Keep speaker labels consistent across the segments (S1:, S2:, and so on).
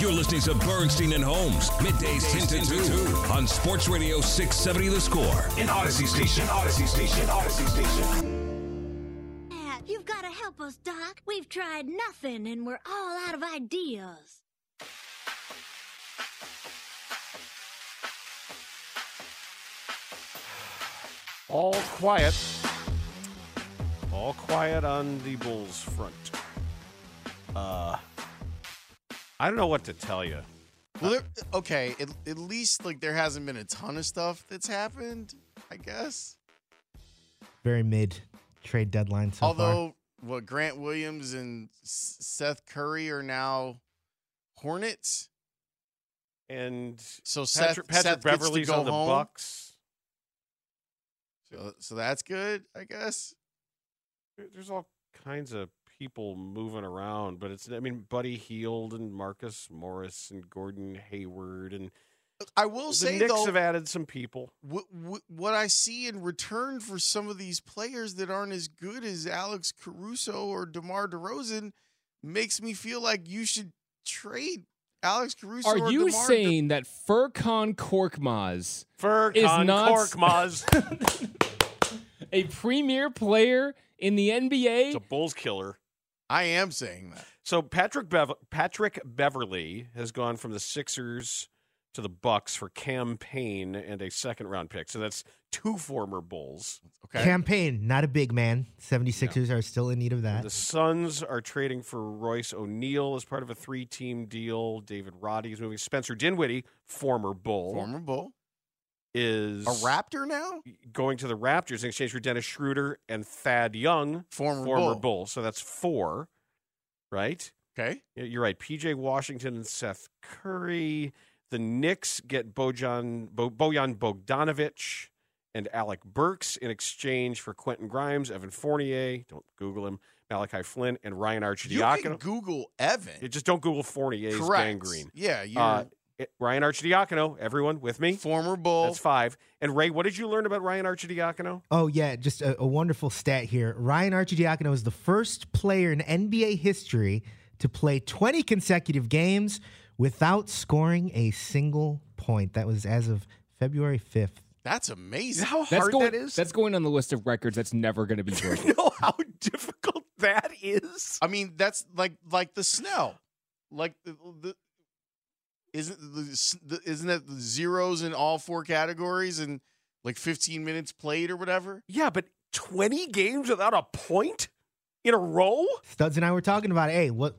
S1: You're listening to Bernstein and Holmes, middays 10 to 2 on Sports Radio 670 The Score.
S2: In Odyssey Station, Odyssey Station, Odyssey Station.
S3: Dad, you've got to help us, Doc. We've tried nothing and we're all out of ideas.
S4: All quiet. All quiet on the Bulls front. Uh, I don't know what to tell you.
S5: Well, there, okay. At, at least like there hasn't been a ton of stuff that's happened. I guess.
S6: Very mid trade deadline so far.
S5: Although, what Grant Williams and S- Seth Curry are now Hornets.
S4: And
S5: So Seth,
S4: Patrick, Patrick
S5: Seth gets to
S4: Beverly's
S5: go
S4: on the
S5: home.
S4: Bucks.
S5: So, so that's good, I guess.
S4: There- There's all kinds of people moving around, but it's I mean Buddy Heald and Marcus Morris and Gordon Hayward and
S5: I will
S4: the
S5: say
S4: Knicks
S5: though,
S4: have added some people.
S5: what, what, what I see in return for some of these players that aren't as good as Alex Caruso or DeMar DeRozan makes me feel like you should trade Alex Caruso.
S7: Are
S5: or
S7: you
S5: DeMar De-
S7: saying that Furkan Korkmaz,
S4: Fur
S7: Is
S4: con
S7: not-
S4: Korkmaz.
S7: a premier player in the
S4: it's a
S7: NBA,
S4: Bulls killer.
S5: I am saying that.
S4: So Patrick Bev- Patrick Beverly has gone from the Sixers to the Bucks for campaign and a second round pick. So that's two former Bulls.
S5: Okay.
S6: Campaign, not a big man. 76ers are still in need of that.
S4: The Suns are trading for Royce O'Neal as part of a three team deal. David Roddy is moving. Spencer Dinwiddie, former Bull,
S5: Former Bull.
S4: is
S5: A Raptor now?
S4: going to the Raptors in exchange for Dennis Schroeder and Thad Young,
S5: Former,
S4: former
S5: Bull.
S4: Bull. So that's four, right?
S5: Okay.
S4: Yeah, You're right. PJ Washington and Seth Curry. The Knicks get Bojan Bo, Bojan Bogdanovic and Alec Burks in exchange for Quentin Grimes, Evan Fournier. Don't Google him. Malachi Flynn and Ryan
S5: You can
S4: Archidiakono.
S5: Google Evan.
S4: Yeah, Just don't Google Fournier's
S5: Correct.
S4: gangrene.
S5: Yeah, you're
S4: Uh, it- Ryan Archidiakono. Everyone with me?
S5: former Bull.
S4: That's five. And Ray, what did you learn about Ryan Archidiakono?
S6: Oh yeah, just a, a wonderful stat here. Ryan Archidiakono is the first player in NBA history to play 20 consecutive games without scoring a single point. That was as of February 5th.
S5: That's
S4: Is
S5: amazing.
S4: that how
S7: that's
S4: hard
S7: going
S4: that is?
S7: that's going on the list of records that's never going to be broken.
S4: you know how difficult that is?
S5: I mean, that's like like the Snell, like the, the isn't the, s- the isn't that the zeros in all four categories and like 15 minutes played or whatever.
S4: Yeah, but 20 games without a point in a row?
S6: Studs and I were talking about, hey, what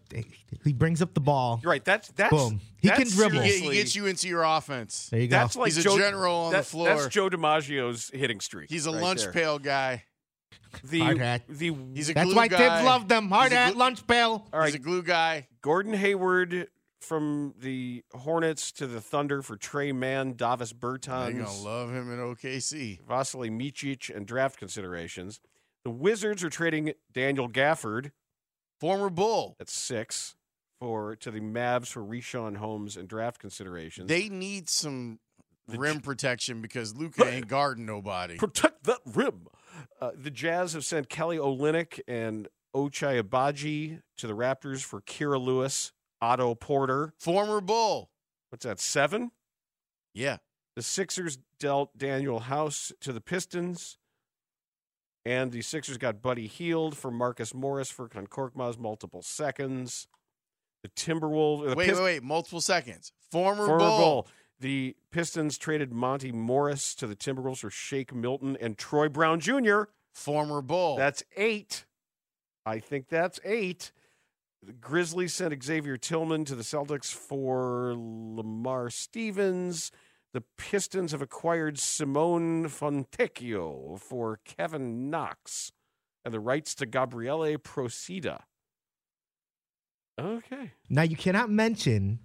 S6: he brings up the ball.
S4: You're right. That's that's
S6: Boom. He can
S4: that's
S6: dribble.
S5: He, get- he
S4: seriously-
S5: gets you into your offense.
S6: There you go.
S4: That's like
S5: He's a
S4: Joe,
S5: general on the
S4: that-
S5: floor.
S4: That's Joe DiMaggio's hitting streak.
S5: He's a
S4: right
S5: lunch
S4: there.
S5: pail guy.
S6: Hard
S4: The
S6: hat.
S4: the
S5: He's a
S6: That's
S5: glue
S6: why
S5: guy.
S6: kids love them. Hard
S5: He's a
S6: at
S5: glu-
S6: lunch pail.
S4: all
S5: He's a
S4: right.
S5: glue guy.
S4: Gordon Hayward from the Hornets to the Thunder for Trey Mann, Davis
S5: You're gonna
S4: Bertans,
S5: love him in OKC.
S4: Vasily Micic, and draft considerations. The Wizards are trading Daniel Gafford
S5: Former Bull.
S4: at six for to the Mavs for Rishon Holmes and draft considerations.
S5: They need some
S4: The
S5: rim protection because Luca ain't guarding nobody.
S4: protect that rim. Uh, the Jazz have sent Kelly Olynyk and Ochai Abaji to the Raptors for Kira Lewis, Otto Porter.
S5: Former Bull.
S4: What's that? Seven.
S5: Yeah.
S4: The Sixers dealt Daniel House to the Pistons. And the Sixers got Buddy Heald for Marcus Morris for Concorkmaz multiple seconds. The Timberwolves. The
S5: wait,
S4: Pist-
S5: wait, wait. Multiple seconds. Former,
S4: former
S5: Bull.
S4: Bull. The Pistons traded Monty Morris to the Timberwolves for Shake Milton and Troy Brown Jr.
S5: Former Bull.
S4: That's eight. I think that's eight. The Grizzlies sent Xavier Tillman to the Celtics for Lamar Stevens. The Pistons have acquired Simone Fontecchio for Kevin Knox and the rights to Gabriele Procida. Okay.
S6: Now you cannot mention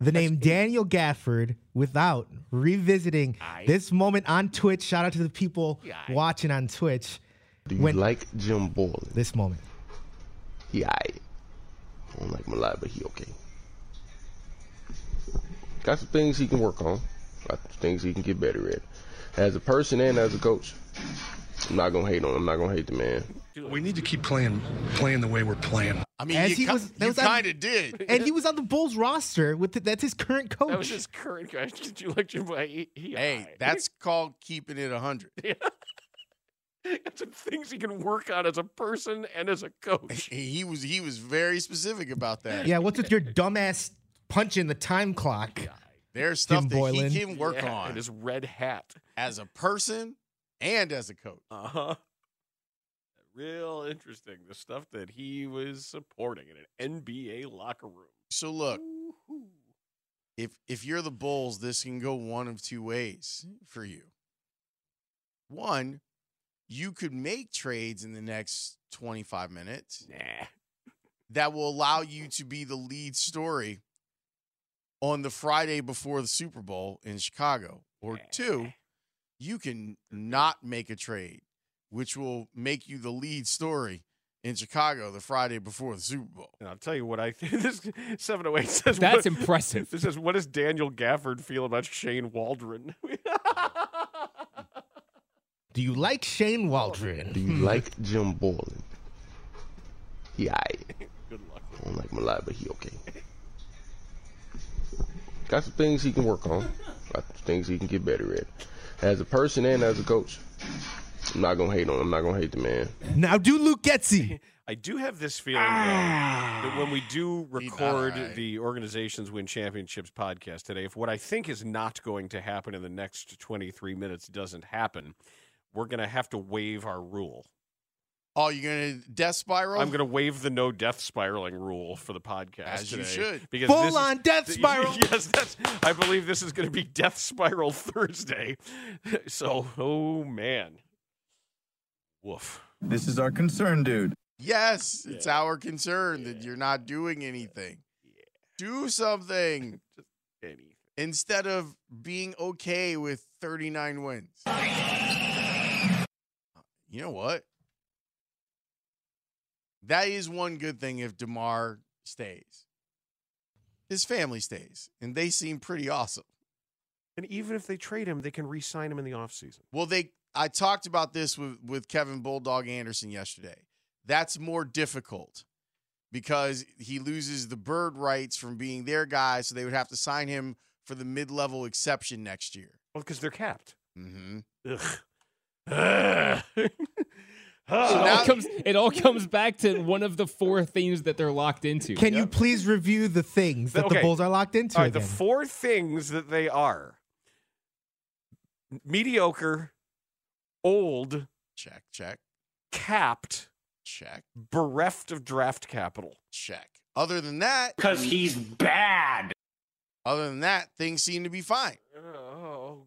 S6: the name Daniel Gafford without revisiting this moment on Twitch. Shout out to the people watching on Twitch.
S8: Do you like Jim Boylan?
S6: This moment.
S8: He aight. I don't like him a lot, Uh, but he okay. Got some things he can work on. Got some things he can get better at. As a person and as a coach, I'm not gonna hate on him. I'm not gonna hate the man.
S9: We need to keep playing, playing the way we're playing.
S5: I mean,
S6: As
S5: you,
S6: he
S5: ki-
S6: was- that
S5: you
S6: was on-
S5: kind of did.
S6: And he was on the Bulls roster with the, that's his current coach.
S4: That was his current guy. Did you like Jim? He, he
S5: Hey,
S4: aight.
S5: that's called keeping it 100.
S4: That's some things he can work on as a person and as a coach.
S5: He was he was very specific about that.
S6: yeah, what's with your dumbass punching the time clock?
S5: There's stuff
S6: Jim
S5: that
S6: Boylan.
S5: he can work
S4: Yeah,
S5: on
S4: And his red hat.
S5: as a person and as a coach.
S4: Uh huh. Real interesting. The stuff that he was supporting in an NBA locker room.
S5: So look, if if you're the Bulls, this can go one of two ways for you. One, you could make trades in the next 25 minutes
S4: Nah.
S5: that will allow you to be the lead story on the Friday before the Super Bowl in Chicago. Or two, you can not make a trade, which will make you the lead story in Chicago the Friday before the Super Bowl.
S4: And I'll tell you what I think. This 708 says
S7: That's
S4: what-
S7: impressive.
S4: This is what does Daniel Gafford feel about Shane Waldron?
S6: Do you like Shane Waldron?
S8: Do
S4: Hmm.
S8: you like Jim Boylan? He aight.
S4: Good luck.
S8: I don't like him a lot, but he okay. Got some things he can work on. Got some things he can get better at. As a person and as a coach, I'm not gonna hate on him. I'm not gonna hate the man.
S6: Now do Luke Getzey.
S4: I do have this feeling though,
S7: Ah.
S4: that when we do record the organizations win championships podcast today, if what I think is not going to happen in the next 23 minutes doesn't happen, we're going to have to waive our rule.
S5: Oh, you're going to death spiral?
S4: I'm going to waive the no death spiraling rule for the podcast
S5: As you
S4: today
S5: should.
S4: because
S6: Full
S4: this is-
S6: on death
S4: th-
S6: spiral.
S4: yes, that's. I believe this is going to be death spiral Thursday. So, oh man, woof.
S10: This is our concern, dude.
S5: Yes, it's our concern that you're not doing anything. Do something
S4: Anything.
S5: instead of being okay with 39 wins. You know what? That is one good thing if DeMar stays. His family stays, and they seem pretty awesome.
S4: And even if they trade him, they can re-sign him in the offseason.
S5: Well, they I talked about this with, with Kevin Bulldog Anderson yesterday. That's more difficult because he loses the bird rights from being their guy, so they would have to sign him for the mid level exception next year.
S4: Well, because they're capped.
S5: Mm-hmm.
S4: Ugh. Ugh.
S7: It all,
S5: now-
S7: comes, it all comes back to one of the four themes that they're locked into.
S6: Can you please review the things that
S4: Okay.
S6: the Bulls are locked into?
S4: All right, the
S6: again?
S4: four things that they are mediocre, old,
S5: Check, check,
S4: capped,
S5: check,
S4: bereft of draft capital.
S5: check. Other than that,
S11: Because he's bad.
S5: other than that, things seem to be fine.
S4: Oh,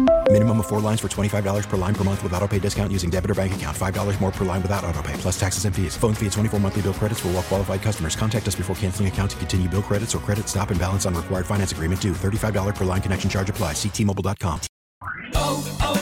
S12: Minimum of four lines for $25 per line per month with auto pay discount using debit or bank account. $5 more per line without auto pay, plus taxes and fees. Phone fee at 24 monthly bill credits for all qualified customers. Contact us before canceling account to continue bill credits or credit stop and balance on required finance agreement due. $35 per
S2: Oh,
S12: line connection charge applies. Ctmobile.com.
S1: For a